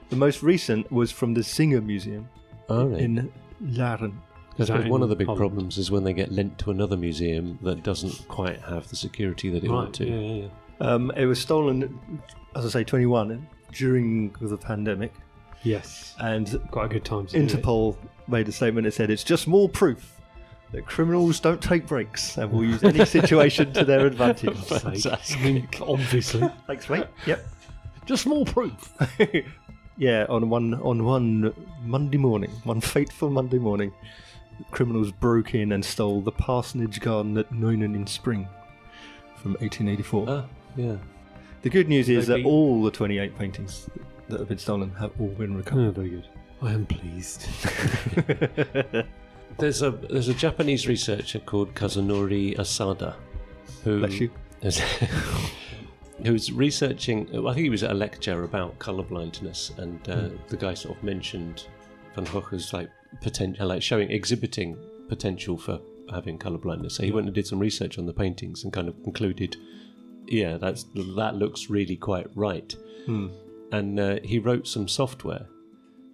S1: the most recent was from the Singer Museum
S3: All right.
S1: in Laren.
S3: Because
S2: Is that
S3: one
S2: in
S3: of the big
S2: Holland?
S3: problems is when they get lent to another museum that doesn't quite have the security that it
S2: Right.
S3: ought to.
S2: Yeah, yeah, yeah.
S1: Um, it was stolen, as I say, 21 during the pandemic.
S2: Yes.
S1: And
S2: Quite a good time to [laughs] do it.
S1: Interpol made a statement that said it's just more proof that criminals don't take breaks and will use any situation to their advantage.
S2: [laughs] Fantastic. I mean, [laughs] obviously.
S1: Thanks, mate. Yep.
S2: Just more proof.
S1: [laughs] yeah, on one on one Monday morning, one fateful Monday morning, criminals broke in and stole the parsonage garden at Noonan in Spring from 1884.
S3: Ah, yeah.
S1: the good news is
S2: They'd
S1: that
S2: be-
S1: all the 28 paintings that have been stolen have all been
S2: [laughs] Oh,
S1: recovered.
S2: very good. I am pleased.
S3: There's a there's a Japanese researcher called Kazunori Asada, who
S1: Bless you.
S3: is- [laughs] who's researching. I think he was at a lecture about colour blindness, and uh, the guy sort of mentioned Van Gogh as like potential, like showing exhibiting potential for having colour blindness. So he went and did some research on the paintings and kind of concluded, yeah, that's that looks really quite right. And uh, he wrote some software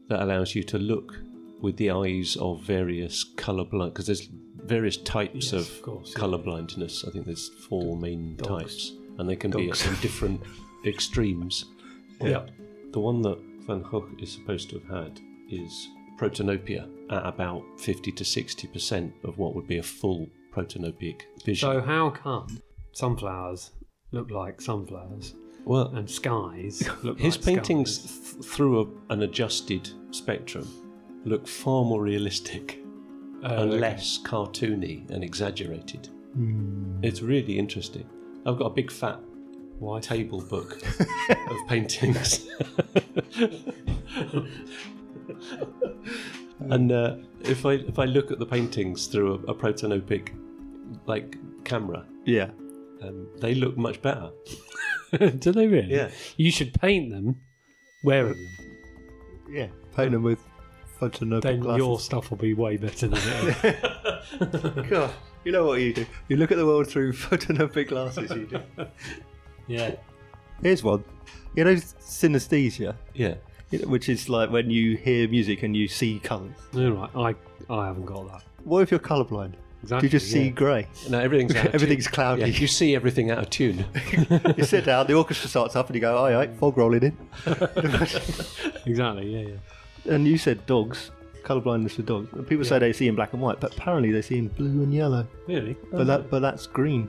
S3: that allows you to look with the eyes of various colorblind because there's various types of, color blindness. I think there's four main types, and they can be
S2: Dogs. [laughs]
S3: at some different extremes.
S2: [laughs] Yeah.
S3: The one that Van Gogh is supposed to have had is protanopia at about 50 to 60% of what would be a full protanopic vision.
S2: So how come sunflowers look like sunflowers?
S3: Well,
S2: and [laughs] skies look
S3: His
S2: like
S3: paintings
S2: [laughs] skies?
S3: th- through a, an adjusted spectrum look far more realistic
S2: Oh,
S3: and
S2: okay.
S3: less cartoony and exaggerated.
S2: Hmm.
S3: It's really interesting. I've got a big fat table
S2: [laughs]
S3: book of paintings. and uh, if I if I look at the paintings through a, a protonopic like camera,
S1: yeah,
S3: um, they look much better.
S2: Do they really?
S3: Yeah.
S2: You should paint them wearing them.
S1: Yeah. Paint them with photonic
S2: Then
S1: glasses.
S2: your stuff will be way better [laughs] than it.
S1: God, you know what you do. You look at the world through [laughs] photonic glasses. You do.
S2: yeah.
S1: Here's one. You know synesthesia.
S3: Yeah.
S1: You know, Which is like when you hear music and you see colours.
S2: All right. I I haven't got that.
S1: What if you're colourblind? do
S2: Exactly,
S1: you just see
S2: yeah.
S1: grey?
S3: No, everything's [laughs] out of
S1: everything's
S3: tune.
S1: cloudy.
S3: Yeah, you see everything out of tune.
S1: you sit down, the orchestra starts up, and you go, "All right, fog rolling in."
S2: exactly. Yeah. Yeah.
S1: And you said dogs, colourblindness with dogs. People say they see in black and white, but apparently they see in blue and yellow.
S2: Really?
S1: But that, but that's green.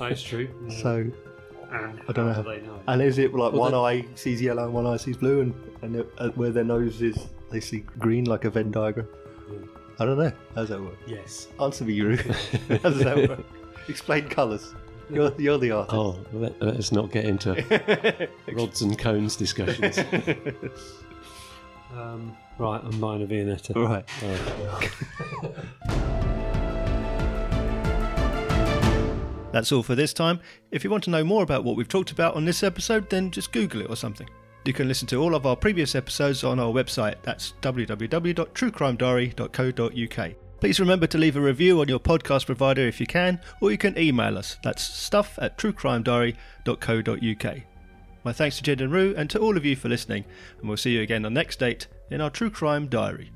S2: That's true. Yeah.
S1: So
S2: and
S1: I don't know.
S2: how do they know?
S1: And is it like one
S2: Well, they-
S1: eye sees yellow and one eye sees blue, and and it- uh, where their nose is, they see green like a Venn diagram? I don't know. How's that work?
S2: Yes.
S1: Answer me, [laughs] Yuru. How does that
S2: [laughs]
S1: work? Explain colours. You're, you're the artist.
S3: Oh, let, let us not get [laughs] into rods and cones discussions.
S2: Um, right, I'm buying a Viennetta.
S1: Right. [laughs] That's all for this time. If you want to know more about what we've talked about on this episode, then just Google it or something. You can listen to all of our previous episodes on our website. That's www.truecrimediary.co.uk. Please remember to leave a review on your podcast provider if you can, or you can email us. That's stuff at truecrimediary.co.uk. My thanks to Jed and Rue and to all of you for listening, and we'll see you again on next date in our True Crime Diary.